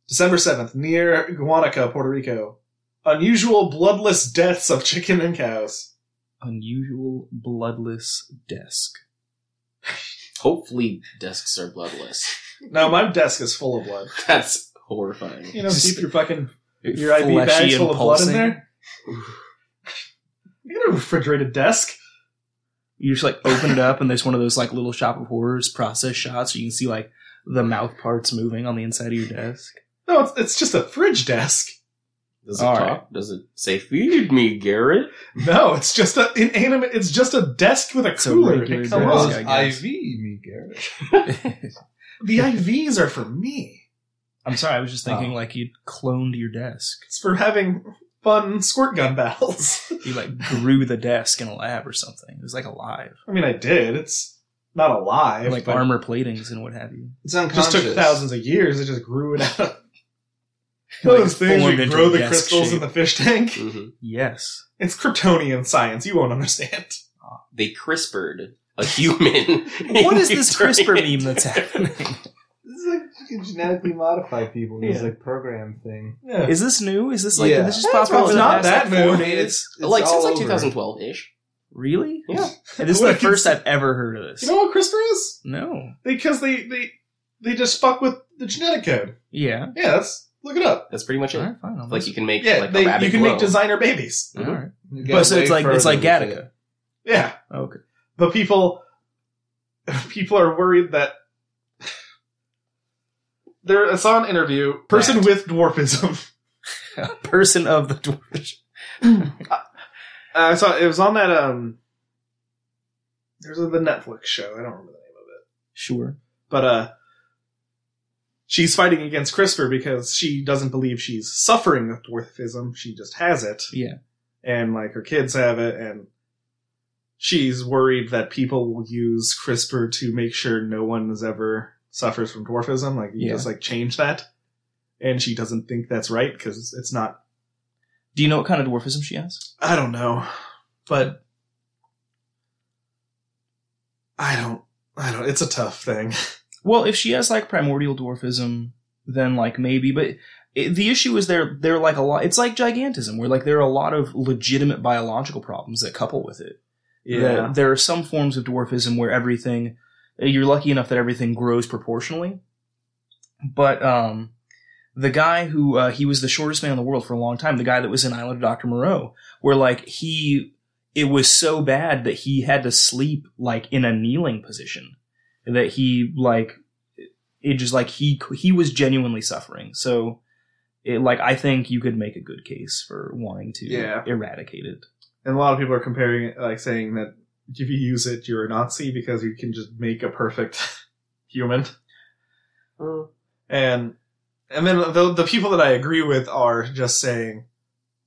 Speaker 2: December 7th, near Guanaca, Puerto Rico. Unusual bloodless deaths of chicken and cows.
Speaker 4: Unusual bloodless desk.
Speaker 5: Hopefully, desks are bloodless.
Speaker 2: Now, my desk is full of blood.
Speaker 5: That's horrifying.
Speaker 2: You know, keep your fucking your IV
Speaker 4: Fleshy
Speaker 2: bags
Speaker 4: and
Speaker 2: full of blood in
Speaker 4: pulsing.
Speaker 2: there. You got a refrigerated desk.
Speaker 4: You just like open it up, and there's one of those like little shop of horrors process shots. You can see like the mouth parts moving on the inside of your desk.
Speaker 2: No, it's, it's just a fridge desk.
Speaker 5: Does it
Speaker 4: All
Speaker 5: talk? Does it say "Feed me, Garrett"?
Speaker 2: No, it's just a inanimate. It's just a desk with a
Speaker 4: It's a
Speaker 2: cooler.
Speaker 4: regular
Speaker 2: It
Speaker 4: desk.
Speaker 2: comes-
Speaker 4: I guess.
Speaker 3: IV, me Garrett.
Speaker 2: the IVs are for me.
Speaker 4: I'm sorry, I was just thinking
Speaker 3: Oh.
Speaker 4: like you cloned your desk.
Speaker 2: It's for having fun squirt gun battles.
Speaker 4: You like grew the desk in a lab or something. It was like alive,
Speaker 2: I mean, I did. It's not alive.
Speaker 4: like
Speaker 2: but
Speaker 4: armor platings and what have you.
Speaker 3: It's
Speaker 2: it
Speaker 3: unconscious.
Speaker 2: just took thousands of years. It just grew it out.
Speaker 4: Like,
Speaker 2: Those things
Speaker 4: formed
Speaker 2: where you
Speaker 4: into
Speaker 2: grow
Speaker 4: a
Speaker 2: the
Speaker 4: desk
Speaker 2: crystals in
Speaker 4: shape.
Speaker 2: the fish tank.
Speaker 5: Mhm.
Speaker 4: Yes.
Speaker 2: It's Kryptonian science. You won't understand.
Speaker 5: They CRISPR'd a human.
Speaker 4: What is this
Speaker 5: During
Speaker 4: CRISPR
Speaker 5: it.
Speaker 4: meme that's happening?
Speaker 3: This is like you can genetically modify people. This
Speaker 2: Yeah.
Speaker 3: like program thing.
Speaker 2: Yeah.
Speaker 4: Is this new? Is this like
Speaker 3: Yeah.
Speaker 4: did this just
Speaker 2: That's
Speaker 4: pop up?
Speaker 2: wrong.
Speaker 4: in the
Speaker 2: Not
Speaker 4: past,
Speaker 2: that
Speaker 4: like, four
Speaker 2: new.
Speaker 4: days?
Speaker 5: Like since like
Speaker 3: over.
Speaker 5: 2012 ish,
Speaker 4: Really?
Speaker 5: Yeah.
Speaker 4: And this is
Speaker 2: What
Speaker 4: the
Speaker 2: I can
Speaker 4: first
Speaker 2: say-
Speaker 4: I've ever heard of this.
Speaker 2: You know what CRISPR is?
Speaker 4: no.
Speaker 2: Because they they they just fuck with the genetic code.
Speaker 4: Yeah.
Speaker 2: Yeah, that's look it up.
Speaker 5: That's pretty much
Speaker 4: All
Speaker 5: it.
Speaker 4: right. Fine. I'll
Speaker 5: Like you can make
Speaker 2: Yeah,
Speaker 5: like
Speaker 2: they,
Speaker 5: a rabbit
Speaker 2: you can
Speaker 5: glow.
Speaker 2: make designer babies.
Speaker 4: All right.
Speaker 3: You
Speaker 4: But
Speaker 3: got
Speaker 4: so it's
Speaker 3: way
Speaker 4: like it's
Speaker 3: further
Speaker 4: like
Speaker 3: with it.
Speaker 4: Gattaca. Oh,
Speaker 2: Yeah,
Speaker 4: Okay.
Speaker 2: but people people are worried that there. I saw an interview. Person
Speaker 4: That.
Speaker 2: with dwarfism.
Speaker 4: Person of the dwarf.
Speaker 2: Uh, I saw it was on that um. There's the Netflix show. I don't remember the name of it.
Speaker 4: Sure.
Speaker 2: but uh she's fighting against CRISPR because she doesn't believe she's suffering with dwarfism. She just has it.
Speaker 4: Yeah.
Speaker 2: And like her kids have it and she's worried that people will use CRISPR to make sure no one is ever suffers from dwarfism. Like you
Speaker 4: Yeah.
Speaker 2: just like change that. And she doesn't think that's right because it's not
Speaker 4: Do you know what kind of dwarfism she has?
Speaker 2: I don't know. But I don't I don't it's a tough thing.
Speaker 4: Well, if she has like primordial dwarfism, then like maybe, but it, the issue is there there are like a lot. It's like gigantism, where like there are a lot of legitimate biological problems that couple with it. that there are some forms of dwarfism where everything you're lucky enough that everything grows proportionally but um the guy who uh, he was the shortest man in the world for a long time the guy that was in island of dr moreau where like he it was so bad that he had to sleep like in a kneeling position that he like it just like he he was genuinely suffering so it, like i think you could make a good case for wanting to
Speaker 2: Yeah.
Speaker 4: eradicate it
Speaker 2: and a lot of people are comparing it, like saying that if you use it, you're a Nazi because you can just make a perfect human.
Speaker 4: Uh,
Speaker 5: Mm.
Speaker 2: And and then the the people that I agree with are just saying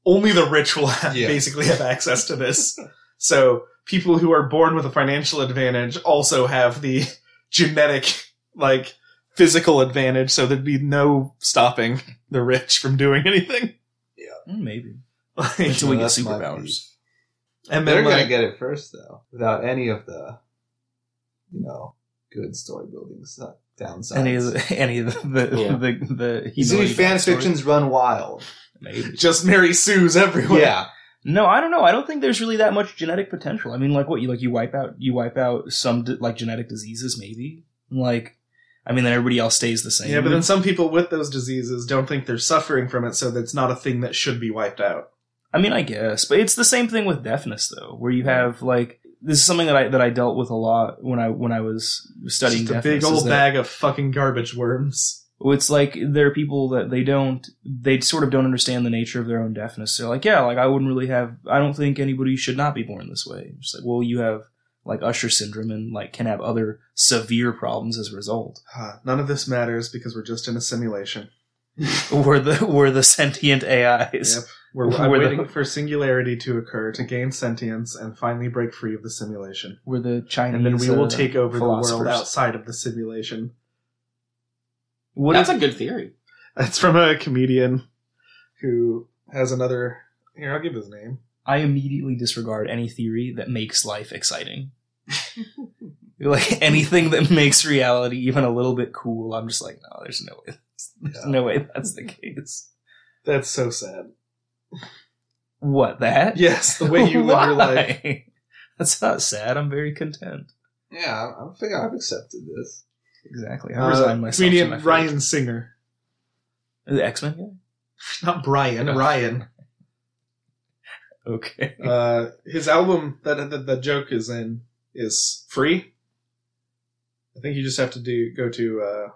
Speaker 2: only the rich will have,
Speaker 3: Yeah.
Speaker 2: basically have access to this. so people who are born with a financial advantage also have the genetic like physical advantage. So there'd be no stopping the rich from doing anything.
Speaker 4: Mm, maybe
Speaker 2: Like, uh,
Speaker 4: Until we get
Speaker 3: No, that's my
Speaker 4: superpowers.
Speaker 2: and
Speaker 3: They're
Speaker 2: then
Speaker 3: gonna
Speaker 2: like,
Speaker 3: get it first though, without any of the, you know, good story building si- downsides.
Speaker 4: any of the any of the the
Speaker 5: Yeah.
Speaker 4: the, the
Speaker 3: It's gonna be
Speaker 4: humility
Speaker 3: fan
Speaker 4: backstory?
Speaker 3: fictions run wild.
Speaker 4: Maybe.
Speaker 2: just Mary Sue's everyone.
Speaker 3: yeah,
Speaker 4: No, I don't know. I don't think there's really that much genetic potential. I mean, like what you like you wipe out you wipe out some d- like genetic diseases, maybe. Like, I mean, then everybody else stays the same.
Speaker 2: Yeah, but then some people with those diseases don't think they're suffering from it, so that's not a thing that should be wiped out.
Speaker 4: I mean, I guess, but it's the same thing with deafness, though, where you have like this is something that I that I dealt with a lot when I when I was studying
Speaker 2: Just a
Speaker 4: deafness. is
Speaker 2: big old
Speaker 4: that-
Speaker 2: bag of fucking garbage worms.
Speaker 4: Well, it's like there are people that they don't they sort of don't understand the nature of their own deafness they're like yeah like i wouldn't really have i don't think anybody should not be born this way it's like well you have like usher syndrome and like can have other severe problems as a result
Speaker 2: Huh, Uh, None of this matters because we're just in a simulation.
Speaker 4: we're the we're the sentient ais
Speaker 2: Yep. We're, I'm
Speaker 4: We're the-
Speaker 2: waiting for singularity to occur to gain sentience and finally break free of the simulation.
Speaker 4: we're the chinese
Speaker 2: And then we will
Speaker 4: uh,
Speaker 2: take over the world
Speaker 4: philosophers.
Speaker 2: outside of the simulation.
Speaker 4: what
Speaker 5: That's
Speaker 4: if-
Speaker 5: a good theory.
Speaker 2: That's from a comedian who has another. Here, I'll give his name.
Speaker 4: I immediately disregard any theory that makes life exciting like anything that makes reality even a little bit cool i'm just like no there's no way there's no way that's the case
Speaker 2: That's so sad.
Speaker 4: What that?
Speaker 2: Yes, the way you live your life.
Speaker 4: Why? That's not sad. I'm very content.
Speaker 3: yeah. I- I think I've accepted this.
Speaker 4: Exactly. I
Speaker 2: Uh,
Speaker 4: resign myself.
Speaker 2: comedian
Speaker 4: to my fate.
Speaker 2: Ryan Singer.
Speaker 4: the X Men
Speaker 2: not Brian, Ryan.
Speaker 4: guy. Okay.
Speaker 2: Uh, his album that, that the joke is in is free. I think you just have to do go to uh,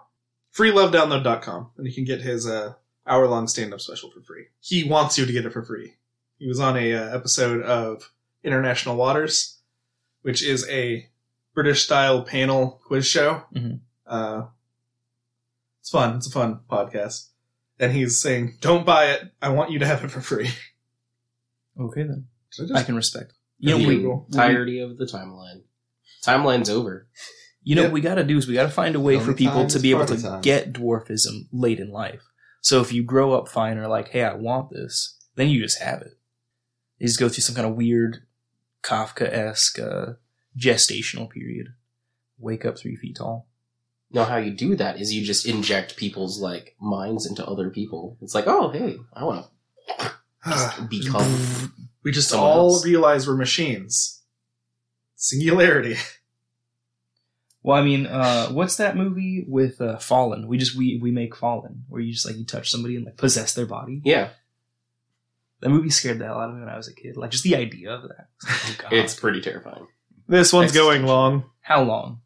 Speaker 2: freelovedownload.com and you can get his uh, hour long stand up special for free. He wants you to get it for free. He was on a uh, episode of International Waters, which is a British style panel quiz show.
Speaker 4: Mhm.
Speaker 2: Uh, it's fun. It's a fun podcast. And he's saying, "Don't buy it. I want you to have it for free."
Speaker 4: Okay then.
Speaker 2: Did I just
Speaker 4: I can respect. You know,
Speaker 5: The
Speaker 4: we,
Speaker 2: Illegal.
Speaker 5: entirety of the timeline. Timeline's over.
Speaker 4: you know
Speaker 2: Yep.
Speaker 4: what we got to do is we got to find a way
Speaker 3: Only
Speaker 4: for people
Speaker 3: time
Speaker 4: to
Speaker 3: is
Speaker 4: be able
Speaker 3: party
Speaker 4: to
Speaker 3: time.
Speaker 4: get dwarfism late in life. So if you grow up fine and are like, hey, I want this, then you just have it. You just go through some kind of weird Kafka esque uh, gestational period. Wake up three feet tall.
Speaker 5: No, how you do that is you just inject people's like minds into other people. It's like, oh hey, I want to just become.
Speaker 2: we just
Speaker 5: someone
Speaker 2: all
Speaker 5: else.
Speaker 2: realize we're machines. Singularity.
Speaker 4: Well, I mean, uh, what's that movie with uh, Fallen? We just we we make Fallen, where you just like you touch somebody and like possess their body.
Speaker 5: Yeah,
Speaker 4: That movie scared the hell out of me when I was a kid. Like just the idea of that. Oh god.
Speaker 5: it's pretty terrifying.
Speaker 2: This one's
Speaker 4: Excellent.
Speaker 2: going long,
Speaker 4: How long?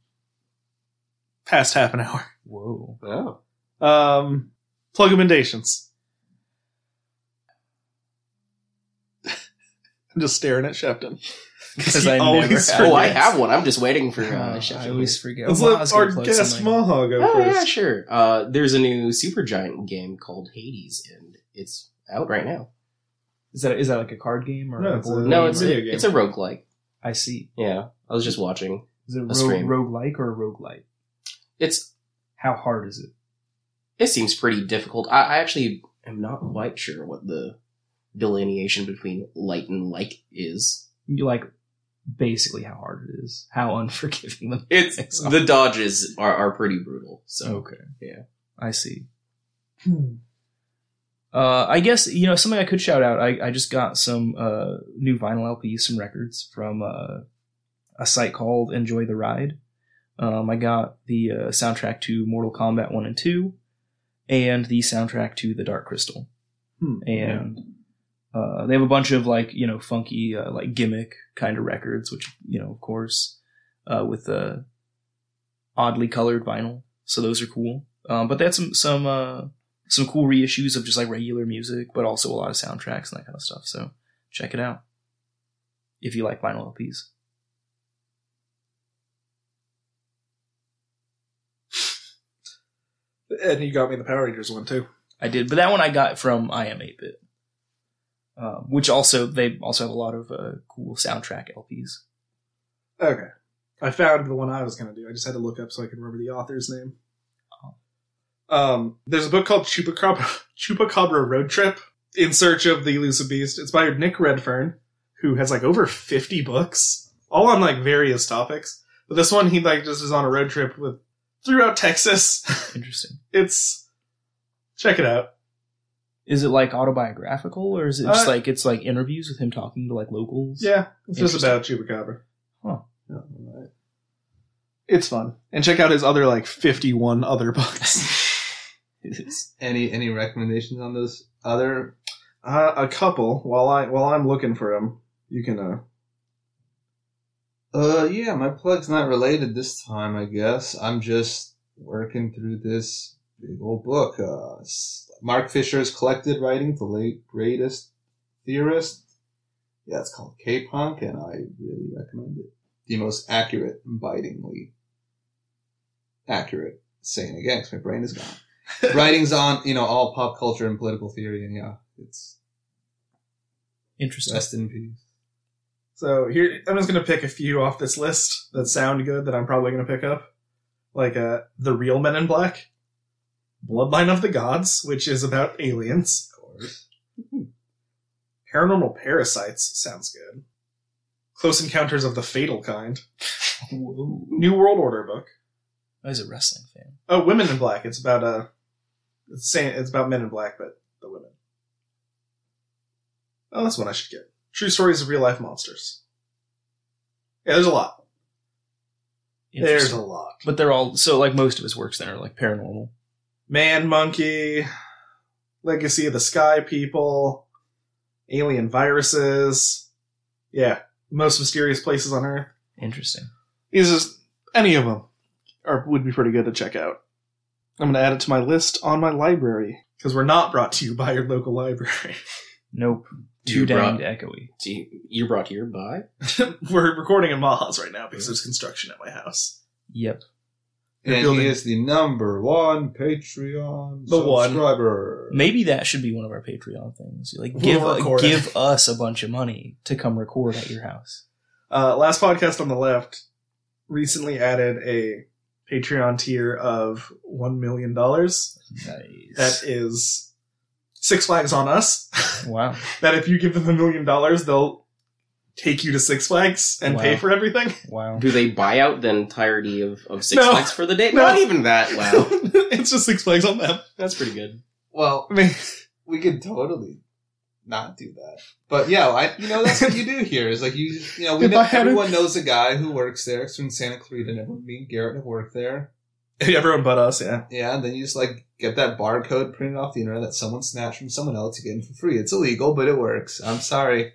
Speaker 2: past half an hour.
Speaker 4: Whoa.
Speaker 5: Oh,
Speaker 2: Um, plug emendations. I'm just staring at Shepton.
Speaker 4: 'Cause
Speaker 2: he
Speaker 4: I never
Speaker 2: always
Speaker 4: had
Speaker 5: oh, I
Speaker 4: it.
Speaker 5: have one. I'm just waiting for.
Speaker 4: Uh,
Speaker 5: Uh,
Speaker 4: I
Speaker 5: Sheffield.
Speaker 4: always forget.
Speaker 2: Let's
Speaker 4: Well, I
Speaker 2: let
Speaker 4: was
Speaker 2: our
Speaker 4: gonna plug
Speaker 2: guest
Speaker 4: something.
Speaker 2: Maha go
Speaker 5: Oh yeah,
Speaker 2: first.
Speaker 5: sure. Uh, there's a new Supergiant game called Hades, and it's out right now.
Speaker 4: Is that is that like a card game or
Speaker 2: No,
Speaker 4: a
Speaker 2: it's
Speaker 4: board
Speaker 2: a-
Speaker 5: No,
Speaker 4: game?
Speaker 5: it's
Speaker 2: video
Speaker 5: a,
Speaker 2: game.
Speaker 5: it's a roguelike.
Speaker 4: I see.
Speaker 5: Yeah, I was just watching.
Speaker 4: Is it ro-
Speaker 5: stream.
Speaker 4: roguelike or a roguelite?
Speaker 5: It's
Speaker 4: How hard is it?
Speaker 5: it seems pretty difficult. I, I actually am not quite sure what the delineation between light and like is.
Speaker 4: You like basically how hard it is. How unforgiving the
Speaker 5: It's
Speaker 4: It's-
Speaker 5: the dodges are, are pretty brutal. So
Speaker 4: Okay.
Speaker 5: yeah. Hmm.
Speaker 4: I see. Uh, I guess you know something I could shout out. I, I just got some uh, new vinyl LPs, some records from uh, a site called Enjoy the Ride. Um, I got the uh, soundtrack to Mortal Kombat One and Two, and the soundtrack to The Dark Crystal.
Speaker 2: Hmm,
Speaker 4: and uh, they have a bunch of like you know funky uh, like gimmick kind of records, which you know of course uh, with uh, oddly colored vinyl. So those are cool. Um, but they had some some uh, some cool reissues of just like regular music, but also a lot of soundtracks and that kind of stuff. So check it out if you like vinyl LPs.
Speaker 2: And you got me the Power Rangers one too.
Speaker 4: I did, but that one I got from I Am 8-Bit, um, which also they also have a lot of uh, cool soundtrack LPs.
Speaker 2: Okay. I found the one I was going to do. I just had to look up so I could remember the author's name. Um, there's a book called Chupacabra, Chupacabra Road Trip in Search of the Elusive Beast. It's by Nick Redfern, who has like over 50 books, all on like various topics. But this one, he like just is on a road trip with throughout Texas.
Speaker 4: Interesting.
Speaker 2: it's check it out.
Speaker 4: Is it like autobiographical, or is it just
Speaker 2: Uh,
Speaker 4: like it's like interviews with him talking to like locals?
Speaker 2: Yeah, it's just about Chupacabra.
Speaker 4: Huh.
Speaker 2: Yeah, alright. It's fun. And check out his other like 51 other books.
Speaker 3: Any any recommendations on those other?
Speaker 2: Uh, a couple. While I while I'm looking for them, you can. uh
Speaker 3: Uh, yeah, my plug's not related this time. I guess I'm just working through this big old book. Uh, s- Mark Fisher's collected writing, the late greatest theorist. Yeah, it's called K-punk, and I really recommend it. The most accurate, and bitingly accurate. Saying again, because my brain is gone. Writings on you know all pop culture and political theory, and yeah, it's
Speaker 4: Interesting.
Speaker 3: rest in peace.
Speaker 2: So here, I'm just gonna pick a few off this list that sound good that I'm probably gonna pick up, like uh, the real Men in Black, Bloodline of the Gods, which is about aliens. Of course. Paranormal parasites sounds good. Close Encounters of the Fatal Kind.
Speaker 4: Whoa.
Speaker 2: New World Order book.
Speaker 4: I was a wrestling fan.
Speaker 2: Oh, Women in Black. It's about uh, it's saying it's about men in black, but the women. Oh, that's one I should get. True stories of real life monsters. Yeah, there's a lot. There's
Speaker 4: Interesting.
Speaker 2: a lot.
Speaker 4: but they're all so like most of his works then are like paranormal.
Speaker 2: Man Monkey, Legacy of the Sky People, Alien Viruses. Yeah, most mysterious places on Earth.
Speaker 4: Interesting.
Speaker 2: These just any of them are would be pretty good to check out. I'm gonna add it to my list on my library because we're not brought to you by your local library.
Speaker 4: Nope. Too
Speaker 5: You
Speaker 4: dang
Speaker 5: brought-
Speaker 4: echoey.
Speaker 5: Do you, you're brought here by
Speaker 2: we're recording in Maha's right now because there's construction at my house.
Speaker 4: Yep.
Speaker 2: They're
Speaker 3: and
Speaker 2: building-
Speaker 3: he is the number one Patreon
Speaker 2: The one.
Speaker 3: subscriber.
Speaker 4: Maybe that should be one of our Patreon things. Like
Speaker 2: We'll
Speaker 4: give a,
Speaker 2: record it.
Speaker 4: give us a bunch of money to come record at your house.
Speaker 2: Uh, last podcast on the left recently added a Patreon tier of one million dollars. That
Speaker 4: Nice.
Speaker 2: is Six Flags on us.
Speaker 4: wow.
Speaker 2: that if you give them a million dollars, they'll take you to Six Flags and pay
Speaker 4: Wow.
Speaker 2: for everything.
Speaker 4: Wow.
Speaker 5: Do they buy out the entirety of, of Six
Speaker 2: No.
Speaker 5: Flags for the day?
Speaker 2: No.
Speaker 5: Not even that. Wow,
Speaker 2: it's just Six Flags on them.
Speaker 5: that's pretty good.
Speaker 3: Well,
Speaker 2: I mean,
Speaker 3: we could totally not do that. But yeah, I, you know that's what you do here is like you you know we
Speaker 2: If
Speaker 3: know,
Speaker 2: I had a-
Speaker 3: everyone knows a guy who works there. So in Santa Clarita, and everyone, me and Garrett have worked there.
Speaker 2: Everyone but us, yeah.
Speaker 3: Yeah, and then you just like get that barcode printed off the internet that someone snatched from someone else. You get it for free. It's illegal, but it works. I'm sorry,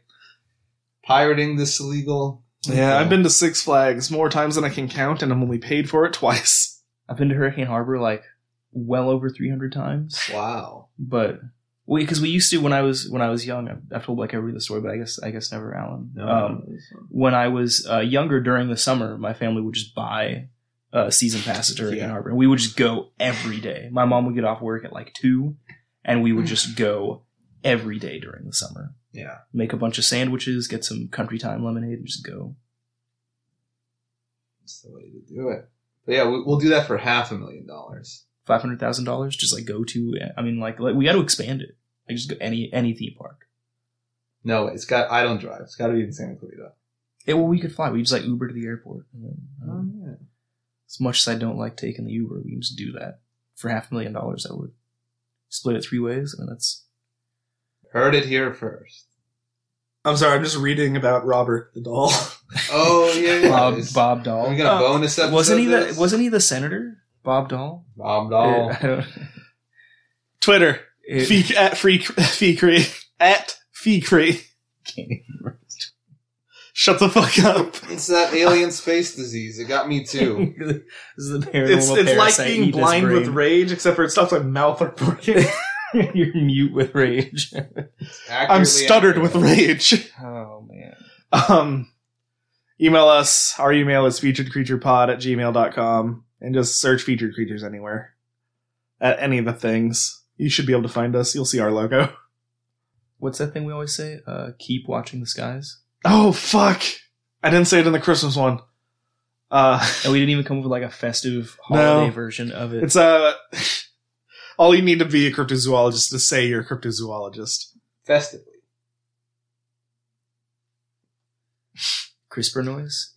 Speaker 3: pirating this illegal.
Speaker 2: Yeah, I've been to Six Flags more times than I can count, and I'm only paid for it twice.
Speaker 4: I've been to Hurricane Harbor like well over 300 times.
Speaker 3: Wow.
Speaker 4: but we because we used to when I was when I was young. I've, I've told like every the story, but I guess I guess never Alan. um, when I was uh, younger during the summer, my family would just buy uh, season passes to Hurricane
Speaker 2: Yeah.
Speaker 4: Harbor, and we would just go every day. My mom would get off work at like two, and we would just go every day during the summer.
Speaker 3: Yeah.
Speaker 4: Make a bunch of sandwiches, get some country time lemonade, and just go.
Speaker 3: That's the way to do it. But yeah, we, we'll do that for half a million dollars.
Speaker 4: Five hundred thousand dollars, just like go to. I mean, like, like we got to expand it. Like just go any any theme park.
Speaker 3: No, it's got. I don't drive. It's got to be in Santa Clarita.
Speaker 4: Yeah, well, we could fly. We just like Uber to the airport. And then, um,
Speaker 3: yeah.
Speaker 4: As much as I don't like taking the Uber, we can just do that. For half a million dollars, I would split it three ways, and that's
Speaker 3: Heard it here first.
Speaker 2: I'm sorry, I'm just reading about Robert the doll.
Speaker 3: Oh yeah, yeah.
Speaker 4: Bob
Speaker 3: It's-
Speaker 4: Bob
Speaker 3: Are
Speaker 4: Dahl.
Speaker 3: we
Speaker 4: Uh,
Speaker 3: got a
Speaker 2: Oh,
Speaker 3: bonus episode.
Speaker 4: Wasn't he
Speaker 3: of
Speaker 4: the
Speaker 3: this?
Speaker 4: Wasn't he the senator? Bob Dahl.
Speaker 3: Bob
Speaker 2: Oh.
Speaker 3: Dahl?
Speaker 4: I don't.
Speaker 2: Twitter
Speaker 4: It,
Speaker 2: fee, at free fee cree at fee cree.
Speaker 4: can't even remember.
Speaker 2: Shut the fuck up.
Speaker 3: It's that alien space disease. It got me too.
Speaker 4: this is the paranormal
Speaker 2: It's it's like
Speaker 4: parasite
Speaker 2: being
Speaker 4: eat his
Speaker 2: blind with
Speaker 4: brain.
Speaker 2: rage, except for it stops like mouth are broken.
Speaker 4: You're mute with rage.
Speaker 3: Accurately
Speaker 2: I'm stuttered with
Speaker 3: accurate.
Speaker 2: rage.
Speaker 4: oh man.
Speaker 2: Um, email us. Our email is featuredcreaturepod at gmail.com and just search featured creatures anywhere at any of the things. You should be able to find us. You'll see our logo.
Speaker 4: What's that thing we always say? Uh, keep watching the skies.
Speaker 2: Oh, fuck. I didn't say it in the Christmas one. Uh,
Speaker 4: And we didn't even come up with like a festive holiday
Speaker 2: No.
Speaker 4: version of it.
Speaker 2: it's uh, all you need to be a cryptozoologist to say you're a cryptozoologist.
Speaker 3: Festively.
Speaker 4: CRISPR noise.